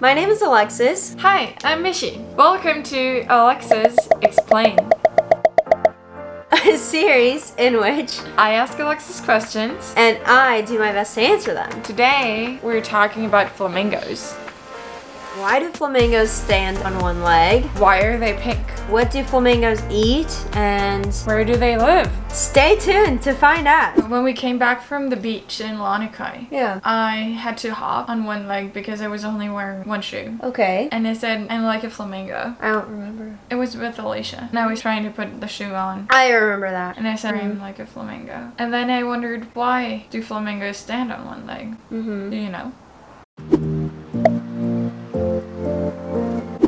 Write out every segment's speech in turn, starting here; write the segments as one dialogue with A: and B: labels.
A: My name is Alexis.
B: Hi, I'm Mishi. Welcome to Alexa's Explain.
A: A series in which
B: I ask Alexis questions.
A: and I do my best to answer them.
B: Today, we're talking about flamingos.
A: Why do flamingos stand on one leg?
B: Why are they pink?
A: What do flamingos eat? And
B: Where do they live?
A: stay tuned to find out.
B: When we came back from the beach in Lanikai,
A: Yeah.
B: I had to hop on one leg because I was only wearing one shoe.
A: Okay.
B: And I said, I'm like a flamingo.
A: I don't remember.
B: It was with Alicia. And I was trying to put the shoe on.
A: I remember that.
B: And I said, I'm like a flamingo. And then I wondered, why do flamingos stand on one leg?
A: Mm-hmm.
B: Do you know?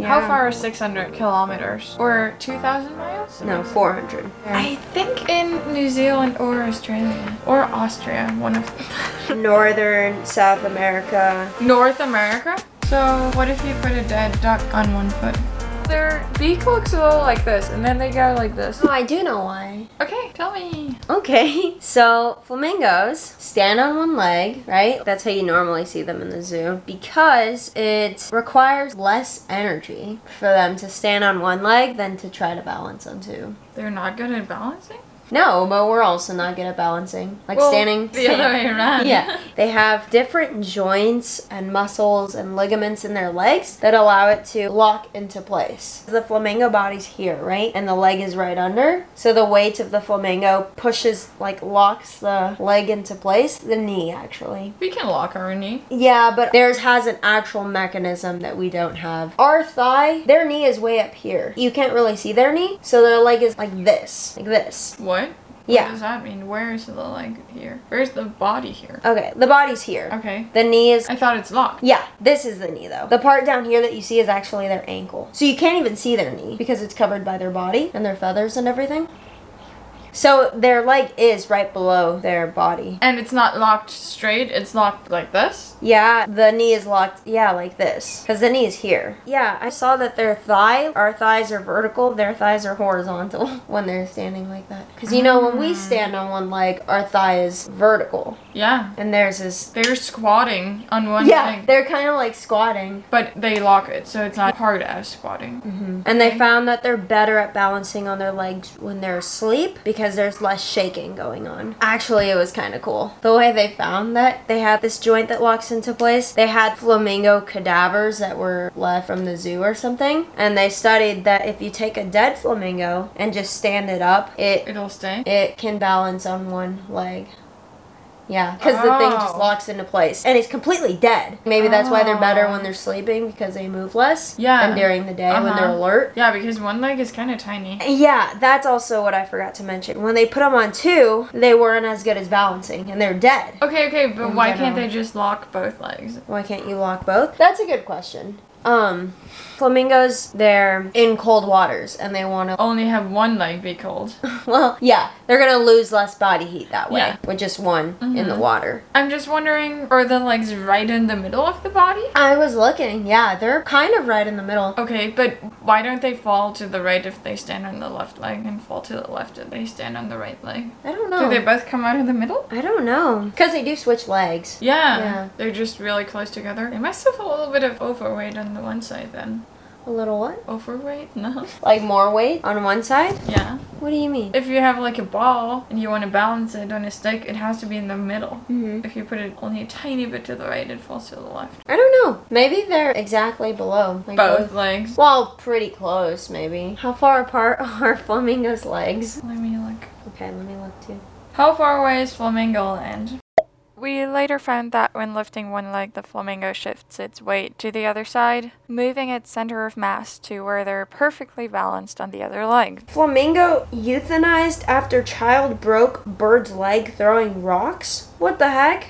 B: How far is 600 kilometers? Or 2,000 miles?
A: No, 400.
B: I think in New Zealand or Australia. Or Austria, one of
A: Northern South America.
B: North America? So what if you put a dead duck on one foot? Their beak looks a little like this, and then they go like this.
A: Oh, I do know why.
B: Okay, tell me.
A: Okay, so flamingos stand on one leg, right? That's how you normally see them in the zoo because it requires less energy for them to stand on one leg than to try to balance on two.
B: They're not good at balancing?
A: No, but we're also not good at balancing. Like
B: Well,
A: standing.
B: The other way around.
A: yeah. They have different joints and muscles and ligaments in their legs that allow it to lock into place. The flamingo body's here, right? And the leg is right under. So the weight of the flamingo pushes, like, locks the leg into place, the knee actually.
B: We can lock our knee.
A: Yeah, but theirs has an actual mechanism that we don't have. Our thigh, their knee is way up here. You can't really see their knee, so their leg is like this, like this.
B: What? What
A: Yeah.
B: does that mean? Where's the leg here? Where's the body here?
A: Okay, the body's here.
B: Okay.
A: The knee is
B: I thought it's locked.
A: Yeah, this is the knee though. The part down here that you see is actually their ankle. So you can't even see their knee because it's covered by their body and their feathers and everything. So their leg is right below their body.
B: And it's not locked straight, it's locked like this.
A: Yeah, the knee is locked. Yeah, like this. Because the knee is here. Yeah, I saw that their thigh, our thighs are vertical, their thighs are horizontal when they're standing like that. Because you know, when we stand on one leg, our thigh is vertical
B: Yeah.
A: and theirs is.
B: They're squatting on one
A: Yeah,
B: leg.
A: they're kind of like squatting.
B: But they lock it, so it's not hard as squatting.
A: And they found that they're better at balancing on their legs when they're asleep because there's less shaking going on. Actually, it was kind of cool. The way they found that, they had this joint that locks into place. They had flamingo cadavers that were left from the zoo or something. And they studied that if you take a dead flamingo and just stand it up, it,
B: It'll stay.
A: it can balance on one leg. Yeah, because the thing just
B: Oh.
A: locks into place and it's completely dead. Maybe that's why they're better
B: Oh.
A: when they're sleeping because they move less.
B: Yeah.
A: And during the day when they're
B: Uh-huh.
A: alert.
B: Yeah, because one leg is kind of tiny.
A: Yeah, that's also what I forgot to mention. When they put them on two, they weren't as good as balancing, and they're dead.
B: Okay, okay, but why can't
A: general.
B: they just lock both legs?
A: Why can't you lock both? That's a good question. Um, flamingos, they're in cold waters, and they want to.
B: Only have one leg be cold.
A: Well, yeah, they're gonna lose less body heat that way
B: Yeah. Mm-hmm.
A: with just one in the water.
B: I'm just wondering, are the legs right in the middle of the body?
A: I was looking. Yeah, they're kind of right in the middle.
B: Okay, but why don't they fall to the right if they stand on the left leg and fall to the left if they stand on the right leg?
A: I don't
B: Do they
A: know.
B: both come out in the middle?
A: I don't know because they do switch legs.
B: Yeah.
A: Yeah.
B: They're just really close together. They must have a little bit of overweight on the one side then.
A: A little what?
B: Overweight? No.
A: Like more weight on one side?
B: Yeah.
A: What do you mean?
B: If you have like a ball and you want to balance it on a stick, it has to be in the middle.
A: Mm-hmm.
B: If you put it only a tiny bit to the right, it falls to the left.
A: I don't know. Maybe they're exactly below. Like
B: Both legs.
A: Well, pretty close, maybe. How far apart are flamingos' legs?
B: Let me look.
A: Okay, let me look too.
B: How far away is Flamingo Land? We later found that when lifting one leg, the flamingo shifts its weight to the other side, moving its center of mass to where they're perfectly balanced on the other leg.
A: Flamingo euthanized after child broke bird's leg throwing rocks? What the heck?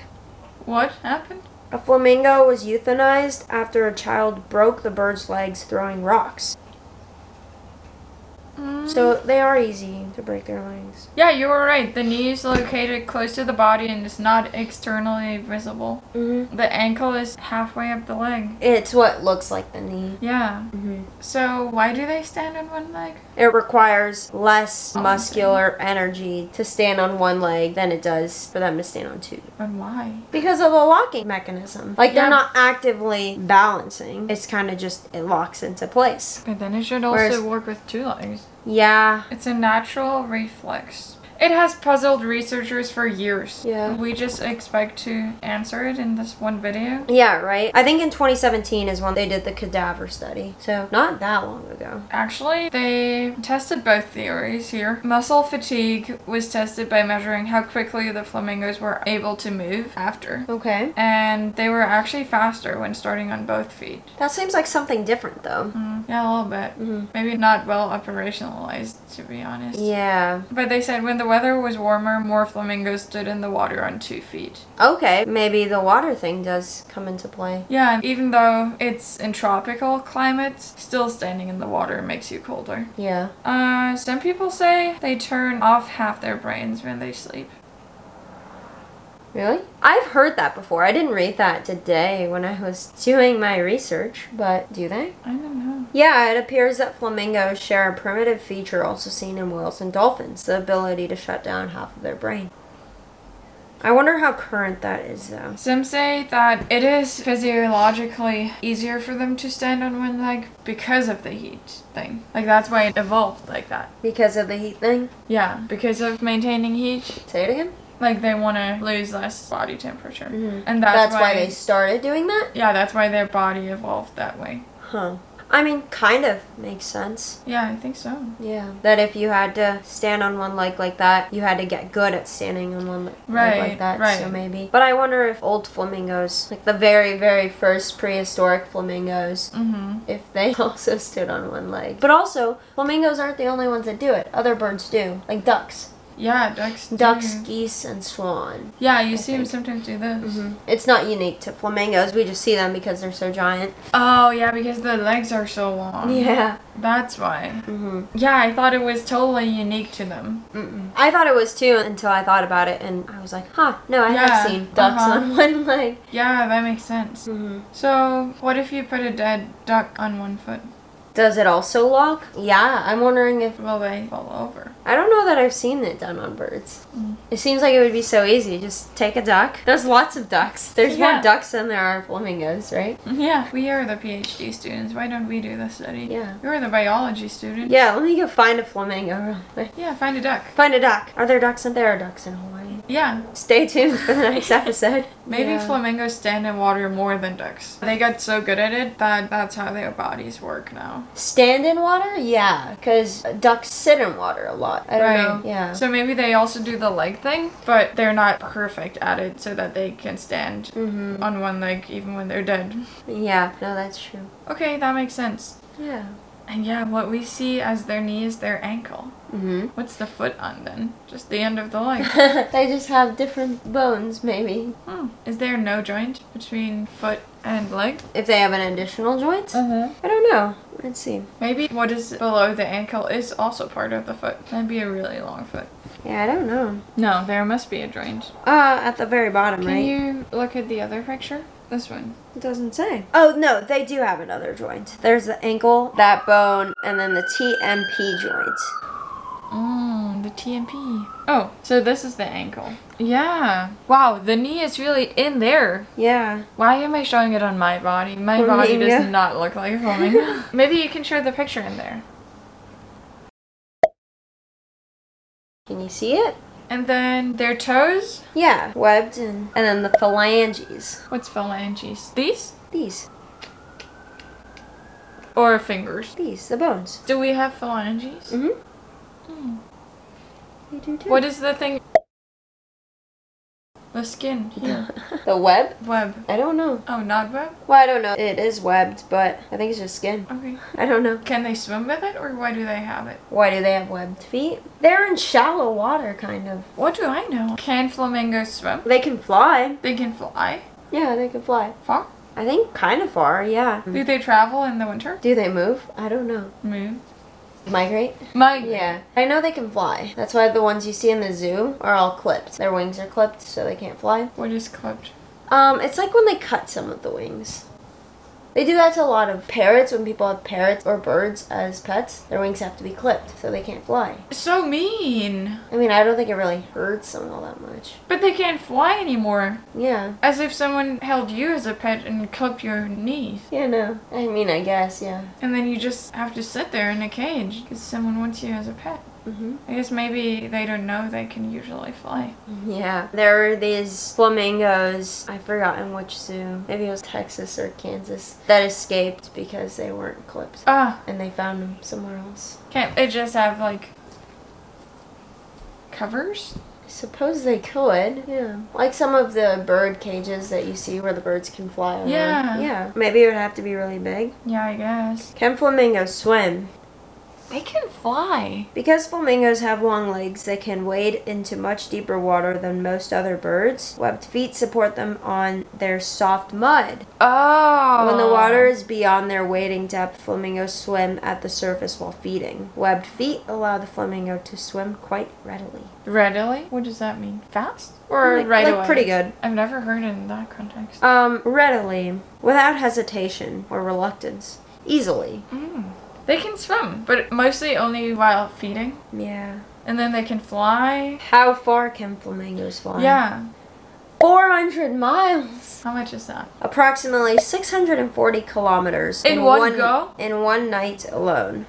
B: What happened?
A: A flamingo was euthanized after a child broke the bird's legs throwing rocks. So they are easy to break their legs.
B: Yeah, you were right. The knee is located close to the body and is not externally visible.
A: Mm-hmm.
B: The ankle is halfway up the leg.
A: It's what looks like the knee.
B: Yeah.
A: Mm-hmm.
B: So why do they stand on one leg?
A: It requires less muscular energy to stand on one leg than it does for them to stand on two.
B: And why?
A: Because of a locking mechanism. Like
B: Yeah.
A: they're not actively balancing, it's kind of just, it locks into place.
B: But then it should also
A: Whereas-
B: work with two legs.
A: Yeah.
B: It's a natural reflex. It has puzzled researchers for years.
A: Yeah.
B: We just expect to answer it in this one video.
A: Yeah, right? I think in 2017 is when they did the cadaver study. So, not that long ago.
B: Actually, they tested both theories here. Muscle fatigue was tested by measuring how quickly the flamingos were able to move after.
A: Okay.
B: And they were actually faster when starting on both feet.
A: That seems like something different though.
B: Mm, yeah, a little bit.
A: Mhm.
B: Maybe not well operationalized, to be honest.
A: Yeah.
B: But they said when the weather was warmer, more flamingos stood in the water on two feet.
A: Okay, maybe the water thing does come into play.
B: Yeah, and even though it's in tropical climates, still standing in the water makes you colder.
A: Yeah.
B: Uh, some people say they turn off half their brains when they sleep.
A: Really? I've heard that before. I didn't read that today when I was doing my research, but do they?
B: I don't know.
A: Yeah, it appears that flamingos share a primitive feature also seen in whales and dolphins the ability to shut down half of their brain. I wonder how current that is, though.
B: Some say that it is physiologically easier for them to stand on one leg because of the heat thing. Like, that's why it evolved like that.
A: Because of the heat thing?
B: Yeah, because of maintaining heat,
A: Say it again?
B: like, they want to lose less body temperature.
A: Mhm.
B: And
A: That's, why they started doing that?
B: Yeah, that's why their body evolved that way.
A: Huh. I mean, kind of makes sense.
B: Yeah, I think so.
A: Yeah. That if you had to stand on one leg like that, you had to get good at standing on one leg
B: Right,
A: like that. So
B: right.
A: maybe. But I wonder if old flamingos, like the very, very first prehistoric flamingos,
B: Mm-hmm.
A: if they also stood on one leg. But also, flamingos aren't the only ones that do it. Other birds do, like ducks,
B: Yeah, ducks.
A: ducks,
B: do.
A: geese, and swan.
B: Yeah, you see them
A: think.
B: sometimes do those.
A: It's not unique to flamingos. We just see them because they're so giant.
B: Oh yeah, because the legs are so long.
A: Yeah.
B: That's why.
A: Mm-hmm.
B: Yeah, I thought it was totally unique to them.
A: I thought it was too until I thought about it and I was like, huh, no, I
B: Yeah,
A: have seen ducks
B: uh-huh.
A: on one leg.
B: Yeah, that makes sense.
A: Mm-hmm.
B: So, what if you put a dead duck on one foot?
A: Does it also lock? Yeah, I'm wondering if.
B: Will they fall over?
A: I don't know that I've seen it done on birds. It seems like it would be so easy. Just take a duck. There's lots of ducks. There's
B: Yeah.
A: more ducks than there are flamingos, right?
B: Yeah. We are the PhD students. Why don't we do this study?
A: Yeah.
B: You're the biology student.
A: Yeah, let me go find a flamingo real quick.
B: Yeah, find a duck.
A: Find a duck. Are there ducks in there are ducks in Hawaii?
B: Yeah.
A: Stay tuned for the next episode.
B: Maybe
A: Yeah.
B: flamingos stand in water more than ducks. They got so good at it that that's how their bodies work now.
A: Stand in water? Yeah, because ducks sit in water a lot. I don't
B: right.
A: know. Yeah.
B: So maybe they also do the leg thing, but they're not perfect at it so that they can stand on one leg even when they're dead.
A: Mm-hmm. yeah, no, that's true.
B: Okay, that makes sense.
A: Yeah.
B: And yeah, what we see as their knee is their ankle.
A: Mm-hmm.
B: What's the foot on then? Just the end of the leg.
A: they just have different bones, maybe.
B: hmm. Is there no joint between foot and leg?
A: If they have an additional joint?
B: Uh-huh.
A: I don't know. Let's see.
B: Maybe what is below the ankle is also part of the foot. That'd be a really long foot.
A: Yeah, I don't know.
B: No, there must be a joint.
A: Uh, at the very bottom,
B: Can
A: right?
B: you look at the other picture? This one.
A: It doesn't say. Oh, no, they do have another joint. There's the ankle, that bone, and then the TMP joint.
B: Mm, the TMP. Oh, so this is the ankle. Yeah. Wow, the knee is really in there.
A: Yeah.
B: Why am I showing it on my body? My body does
A: Flamingo.
B: not look like a flamingo. Maybe you can show the picture in there.
A: Can you see it?
B: And then their toes.
A: Yeah, webbed and and then the phalanges.
B: What's phalanges? These?
A: These,
B: Or fingers?
A: these, the bones.
B: Do we have phalanges?
A: Mhm.
B: Mm.
A: You do too.
B: What is the thing? The skin. Here.
A: the web?
B: web.
A: I don't know.
B: Oh, not web?
A: Well, I don't know. It is webbed, but I think it's just skin.
B: Okay.
A: I don't know.
B: Can they swim with it, or why do they have it?
A: Why do they have webbed feet? They're in shallow water, kind of.
B: What do I know? Can flamingos swim?
A: They can fly.
B: They can fly
A: Yeah, they can fly.
B: far.
A: I think kind of far, yeah.
B: Do they travel in the winter?
A: Do they move? I don't know.
B: Move.
A: Migrate?
B: Migrate.
A: Yeah. I know they can fly. That's why the ones you see in the zoo are all clipped. Their wings are clipped so they can't fly.
B: What is clipped?
A: Um, it's like when they cut some of the wings. They do that to a lot of parrots when people have parrots or birds as pets. Their wings have to be clipped so they can't fly.
B: So mean.
A: I mean, I don't think it really hurts them all that much.
B: But they can't fly anymore.
A: Yeah.
B: As if someone held you as a pet and clipped your knee.
A: Yeah, no. I mean, I guess, yeah.
B: And then you just have to sit there in a cage because someone wants you as a pet.
A: hmm
B: I guess maybe they don't know they can usually fly.
A: Yeah. There were these flamingos, I forgot in which zoo, maybe it was Texas or Kansas, that escaped because they weren't clipped.
B: Ah,
A: And they found them somewhere else.
B: can't they just have like covers?
A: I suppose they could. Yeah. Like some of the bird cages that you see where the birds can fly around.
B: Yeah.
A: Yeah. Maybe it would have to be really big.
B: Yeah, I guess.
A: Can flamingos swim?
B: They can fly.
A: Because flamingos have long legs that can wade into much deeper water than most other birds, webbed feet support them on their soft mud.
B: Oh.
A: When the water is beyond their wading depth, flamingos swim at the surface while feeding. Webbed feet allow the flamingo to swim quite readily.
B: Readily? What does that mean? Fast? Or
A: like,
B: right
A: like
B: away?
A: pretty good.
B: I've never heard it in that context.
A: Um, readily, without hesitation or reluctance, easily.
B: Mm. They can swim, but mostly only while feeding.
A: Yeah.
B: And then they can fly.
A: How far can flamingos fly?
B: Yeah.
A: 400 miles.
B: How much is that?
A: Approximately 640 kilometers
B: In one go?
A: In one night alone.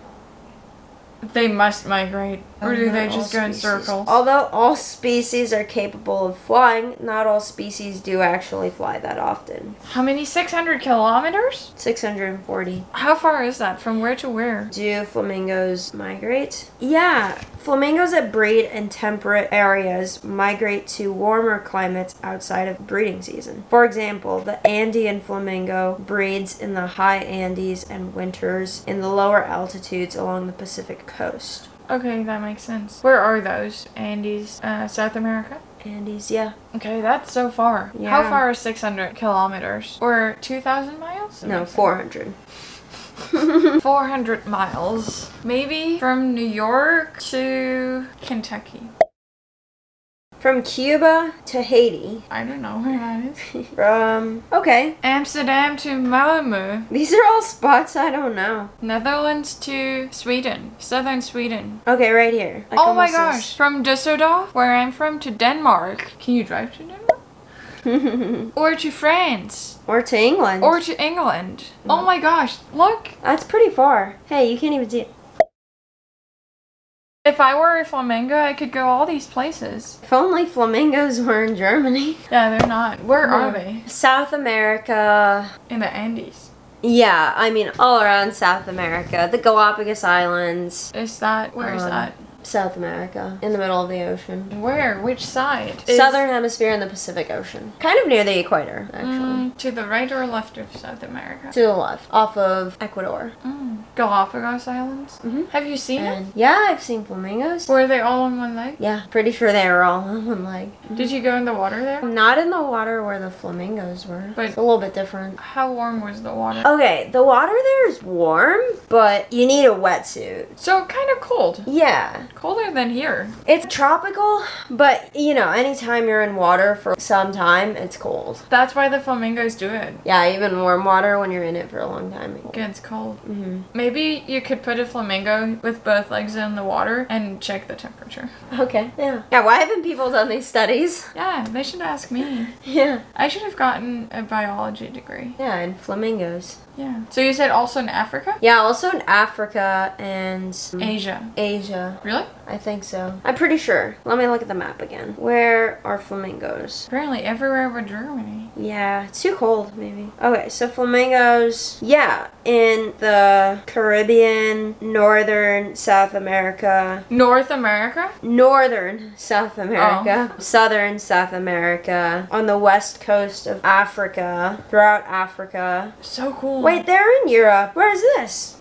B: They must migrate. Or do
A: Not
B: they
A: all
B: just go in
A: species-
B: circles?
A: Although all species are capable of flying, not all species do actually fly that often.
B: How many? 600 kilometers?
A: 640.
B: How far is that? From where to where?
A: Do flamingos migrate? Yeah, flamingos that breed in temperate areas migrate to warmer climates outside of breeding season. For example, the Andean flamingo breeds in the high Andes and winters in the lower altitudes along the Pacific coast.
B: Okay, that makes sense. Where are those? Andes, uh, South America?
A: Andes, yeah.
B: Okay, that's so far. How
A: Yeah.
B: far is 600 kilometers? Or 2,000 miles? That
A: No,
B: makes sense.
A: 400.
B: 400 miles. Maybe from New York to Kentucky.
A: From Cuba to Haiti.
B: I don't know where that is.
A: From, okay.
B: Amsterdam to Malmö.
A: These are all spots I don't know.
B: Netherlands to Sweden. Southern Sweden.
A: Okay, right here. Like
B: oh my
A: almost
B: gosh. From Düsseldorf, where I'm from, to Denmark. Can you drive to Denmark?
A: this.
B: Or to France.
A: or to England.
B: Or to England. Oh my gosh. Look.
A: That's pretty far. Hey, you can't even see it.
B: If I were a flamingo, I could go all these places.
A: If only flamingos were in Germany.
B: Yeah, they're not. Where are
A: No.
B: they?
A: South America.
B: In the Andes.
A: Yeah, I mean, all around South America. The Galapagos Islands.
B: Is that. Where is
A: Um,
B: that?
A: South America. In the middle of the ocean.
B: Where? Which side?
A: Southern hemisphere and the Pacific Ocean. Kind of near the equator, actually.
B: Mm, to the right or left of South America.
A: To the left, off of Ecuador.
B: Mm. Galapagos Islands.
A: Mhm.
B: Have you seen it?
A: And Mm-hmm. yeah, I've seen flamingos.
B: Were they all on one leg?
A: Yeah, pretty sure they were all on one leg.
B: Did you go in the water there?
A: Not in the water where the flamingos were.
B: But-
A: it's a little bit different.
B: How warm was the water?
A: Okay, the water there is warm, but you need a wetsuit.
B: So kind of cold.
A: Yeah,
B: Colder than here.
A: it's tropical, but you know, anytime you're in water for some time, it's cold.
B: That's why the flamingos do it.
A: Yeah, even warm water when you're in it for a long time.
B: Gets cold.
A: hmm
B: Maybe you could put a flamingo with both legs in the water and check the temperature.
A: Okay, yeah. Yeah, why haven't people done these studies?
B: Yeah, they should ask me.
A: Yeah.
B: I should have gotten a biology degree.
A: Yeah, and flamingos.
B: Yeah. So you said also in Africa?
A: Yeah, also in Africa and
B: Asia.
A: Asia.
B: Really?
A: I think so. I'm pretty sure. Let me look at the map again. Where are flamingos?
B: Apparently everywhere but Germany.
A: Yeah, it's too cold, maybe. Okay, so flamingos, yeah, in the Caribbean, northern South America,
B: North America?
A: northern South America,
B: Oh.
A: southern South America, on the west coast of Africa, throughout Africa.
B: So cool.
A: Wait, they're in Europe. Where is this?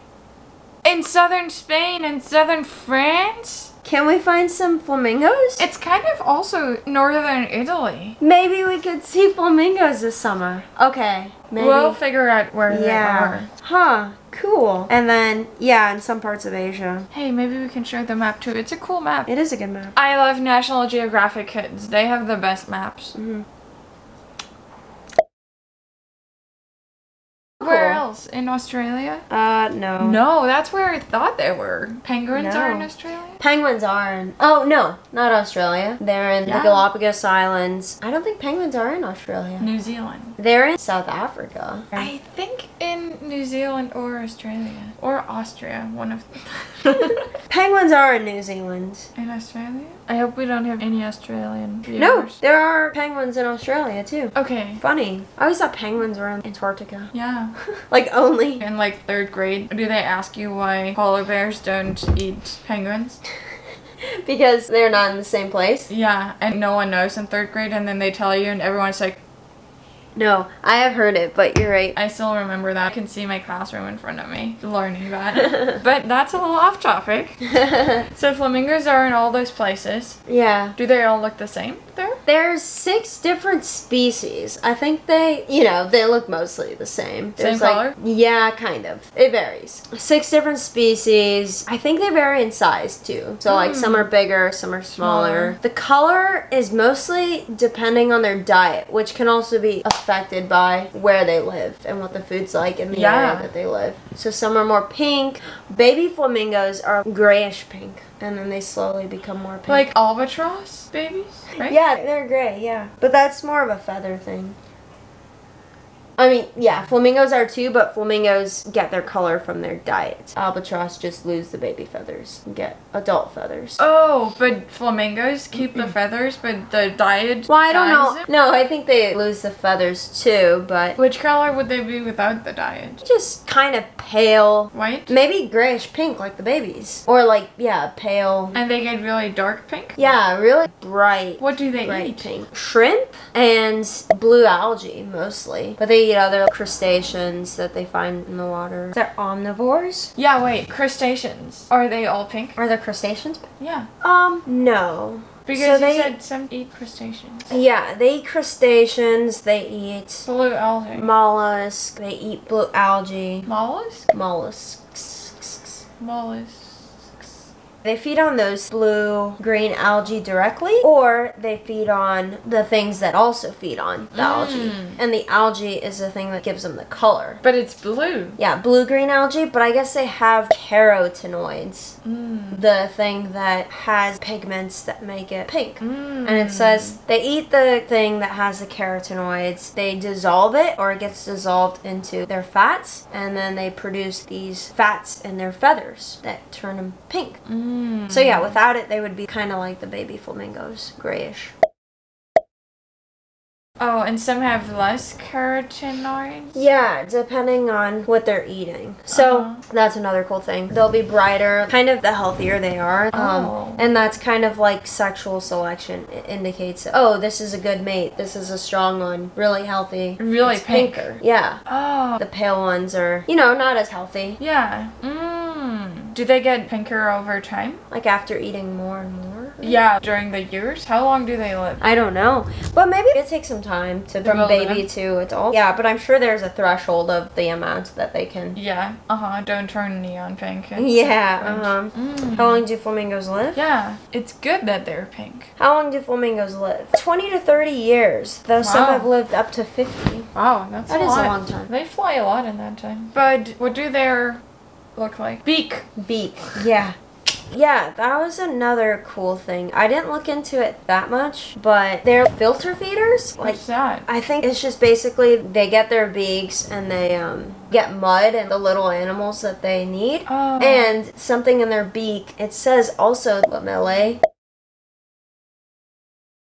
B: In southern Spain and southern France?
A: Can we find some flamingos?
B: It's kind of also northern Italy.
A: Maybe we could see flamingos this summer. Okay. Maybe.
B: We'll figure out where
A: yeah.
B: they are.
A: Huh. Cool. And then, yeah, in some parts of Asia.
B: Hey, maybe we can show the map too. It's a cool map.
A: It is a good map.
B: I love National Geographic kids. They have the best maps.
A: Mm-hmm.
B: Where
A: Cool.
B: else? In Australia?
A: Uh, no.
B: No, that's where I thought they were. Penguins are in
A: No.
B: Australia?
A: Penguins are in. Oh, no. Not Australia. They're in
B: Yeah.
A: the Galapagos Islands. I don't think penguins are in Australia.
B: New Zealand.
A: They're in South Africa.
B: I think in New Zealand or Australia. Or Austria, one of
A: Penguins are in New Zealand.
B: In Australia? I hope we don't have any Australian
A: No,
B: viewers.
A: there are penguins in Australia too.
B: Okay.
A: Funny. I always thought penguins were in Antarctica.
B: Yeah.
A: Like only.
B: In like third grade, do they ask you why polar bears don't eat penguins?
A: because they're not in the same place.
B: Yeah, and no one knows in third grade, and then they tell you, and everyone's like,
A: No, I have heard it, but you're right.
B: I still remember that. I can see my classroom in front of me learning that. but that's a little off topic. So, flamingos are in all those places.
A: yeah.
B: Do they all look the same there?
A: There's six different species. I think they, you know, they look mostly the same. There's
B: color?
A: Like, yeah, kind of. It varies. Six different species. I think they vary in size too. So
B: Hmm.
A: like some are bigger, some are smaller. The color is mostly depending on their diet, which can also be affected by where they live and what the food's like in the
B: Yeah.
A: area that they live. So some are more pink. Baby flamingos are grayish pink, and then they slowly become more pink.
B: Like albatross babies, right?
A: Yeah, they're gray, yeah. But that's more of a feather thing. I mean, yeah, flamingos are too, but flamingos get their color from their diet. Albatross just lose the baby feathers and get adult feathers.
B: Oh, but flamingos keep the feathers, but the diet.
A: well, I don't
B: dyes
A: know.
B: it?
A: No, I think they lose the feathers too, but
B: Which color would they be without the diet?
A: just kind of pale.
B: White?
A: Maybe grayish pink like the babies. Or like, yeah, pale.
B: And they get really dark pink?
A: Yeah, really bright.
B: What do they
A: Right,
B: eat?
A: pink. Shrimp and blue algae mostly. But they eat other crustaceans that they find in the water. They're omnivores.
B: Yeah, wait, crustaceans. Are they all pink?
A: Are there crustaceans?
B: Yeah.
A: Um, no. So
B: Because
A: they-
B: you said some eat crustaceans.
A: Yeah, they eat crustaceans, they eat
B: Blue algae.
A: mollusks, they eat blue algae,
B: Mollusk?
A: mollusks.
B: Mollusks.
A: They feed on those blue green algae directly, or they feed on the things that also feed on the algae. And the algae is the thing that gives them the color.
B: But it's blue.
A: Yeah, blue green algae, but I guess they have carotenoids, the thing that has pigments that make it pink. And it says they eat the thing that has the carotenoids, they dissolve it or it gets dissolved into their fats, and then they produce these fats in their feathers that turn them pink. So, yeah, without it, they would be kind of like the baby flamingos, grayish.
B: Oh, and some have less carotenoids?
A: Yeah, depending on what they're eating. So
B: Uh-huh.
A: that's another cool thing. They'll be brighter, kind of the healthier they are.
B: Oh.
A: Um, and that's kind of like sexual selection. It indicates, oh, this is a good mate. This is a strong one, really healthy.
B: Really
A: It's
B: pink.
A: pinker. Yeah.
B: Oh.
A: The pale ones are, you know, not as healthy.
B: Yeah. Mmm. Do they get pinker over time?
A: Like after eating more and more.
B: Yeah. During the years? How long do they live?
A: I don't know. But maybe it takes some time to from
B: Develop
A: baby to adult. Yeah, but I'm sure there's a threshold of the amount that they can.
B: Yeah. Uh huh. Don't turn neon pink. It's-
A: Yeah. Uh-huh.
B: Mm.
A: How long do flamingos live?
B: Yeah. It's good that they're pink.
A: How long do flamingos live? 20 to 30 years, though some
B: Wow.
A: have lived up to 50.
B: Wow, that's
A: That
B: a
A: is a
B: lot.
A: long time.
B: They fly a lot in that time. But what do their look like? Beak.
A: Beak. Yeah. Yeah, that was another cool thing. I didn't look into it that much, but they're filter feeders. Like,
B: What's that?
A: I think it's just basically they get their beaks and they um, get mud and the little animals that they need.
B: Oh.
A: And something in their beak, it says also lamellae.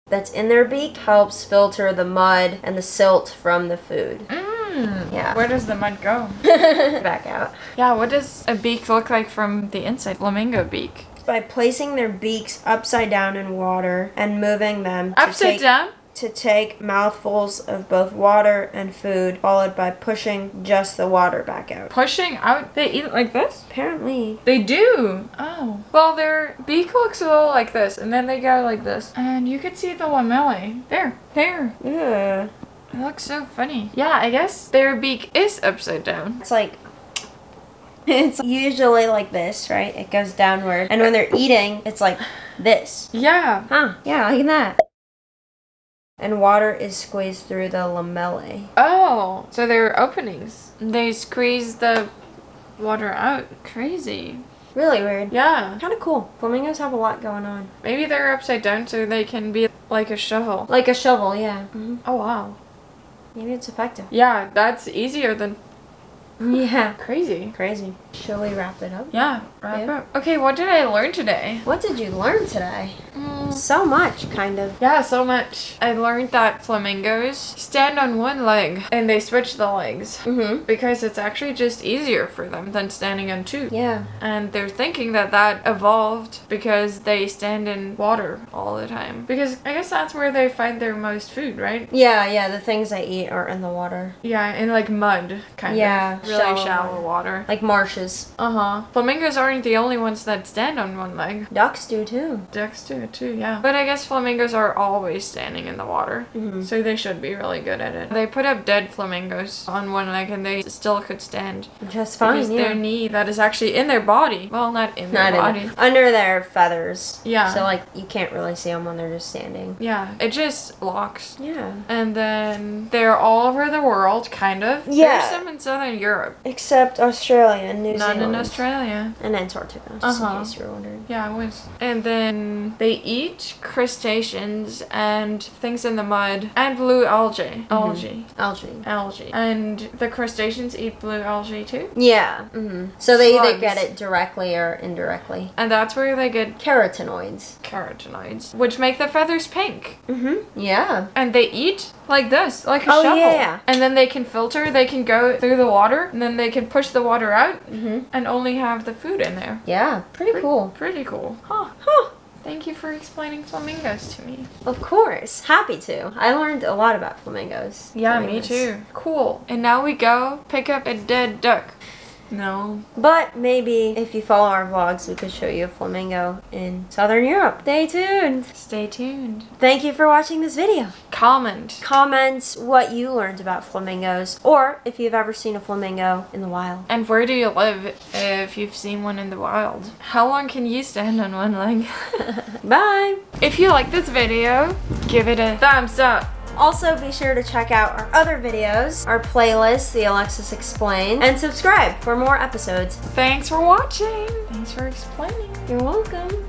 A: That's in their beak helps filter the mud and the silt from the food.
B: Mm.
A: Yeah.
B: Where does the mud go?
A: back out.
B: Yeah, what does a beak look like from the inside? Flamingo beak.
A: By placing their beaks upside down in water and moving them to
B: Upside
A: take-
B: down?
A: to take mouthfuls of both water and food, followed by pushing just the water back out.
B: Pushing out. They eat it like this?
A: Apparently,
B: They do. Oh. Well, their beak looks a little like this, and then they go like this. And you could see the lamellae. There. There.
A: yeah,
B: It looks so funny. Yeah, I guess their beak is upside down.
A: it's like it's usually like this, right? It goes downward, and when they're eating, it's like this.
B: Yeah.
A: Huh? Yeah, like that. And water is squeezed through the lamellae.
B: Oh, so there are openings. They squeeze the water out. Crazy.
A: Really weird.
B: Yeah.
A: Kind of cool. Flamingos have a lot going on.
B: Maybe they're upside down so they can be like a shovel.
A: Like a shovel, yeah.
B: Oh, wow.
A: Maybe it's effective.
B: Yeah, that's easier than
A: Yeah.
B: crazy.
A: Crazy. Shall we wrap it up?
B: Yeah. Wrap
A: Yeah.
B: up. Okay, what did I learn today?
A: What did you learn today? So much, kind of.
B: Mm. Yeah, so much. I learned that flamingos stand on one leg and they switch the legs
A: Mm-hmm.
B: because it's actually just easier for them than standing on two.
A: Yeah.
B: And they're thinking that that evolved because they stand in water all the time. Because I guess that's where they find their most food, right?
A: Yeah, yeah. The things I eat are in the water,
B: Yeah, in like mud, kind
A: Yeah,
B: of. Really
A: shallow
B: shallow water.
A: like marshes.
B: Uh huh. Flamingos aren't the only ones that stand on one leg.
A: Ducks do too.
B: Ducks do it too, yeah. But I guess flamingos are always standing in the water,
A: Mhm.
B: so they should be really good at it. They put up dead flamingos on one leg and they still could stand.
A: Just fine.
B: because
A: yeah.
B: their knee that is actually in their body. Well, not in their
A: Not
B: body.
A: in, under their feathers.
B: Yeah.
A: So like you can't really see them when they're just standing.
B: Yeah, it just locks.
A: Yeah.
B: And then they're all over the world, kind of.
A: Yeah.
B: There's some in southern Europe,
A: Except Australia and New
B: none
A: Zealand.
B: in Australia.
A: And Antarctica, just
B: Uh-huh.
A: in case you're wondering.
B: Yeah, I was. And then they eat crustaceans and things in the mud and blue algae.
A: Mm-hmm.
B: Algae.
A: Algae.
B: algae. And the crustaceans eat blue algae too.
A: Yeah. hmm So they either
B: Slugs.
A: get it directly or indirectly.
B: And that's where they get
A: Carotenoids.
B: carotenoids, which make the feathers pink.
A: Mm-hmm. Yeah.
B: And they eat like this, like a
A: Oh,
B: shovel.
A: yeah.
B: And then they can filter, they can go through the water, and then they can push the water out
A: Mm-hmm.
B: and only have the food in there.
A: Yeah. Pretty cool.
B: Pretty cool. Huh.
A: Huh.
B: Thank you for explaining flamingos to me.
A: Of course. Happy to. I learned a lot about flamingos.
B: Yeah,
A: doing
B: me
A: this.
B: too. Cool. And now we go pick up a dead duck. No.
A: But maybe if you follow our vlogs, we could show you a flamingo in southern Europe. Stay tuned.
B: Stay tuned.
A: Thank you for watching this video.
B: Comment.
A: Comment what you learned about flamingos or if you've ever seen a flamingo in the wild.
B: And where do you live if you've seen one in the wild? How long can you stand on one leg?
A: Bye.
B: if you like this video, give it a thumbs up.
A: Also, be sure to check out our other videos, our playlist, The Alexis Explain, and subscribe for more episodes.
B: Thanks for watching. Thanks for explaining.
A: You're welcome.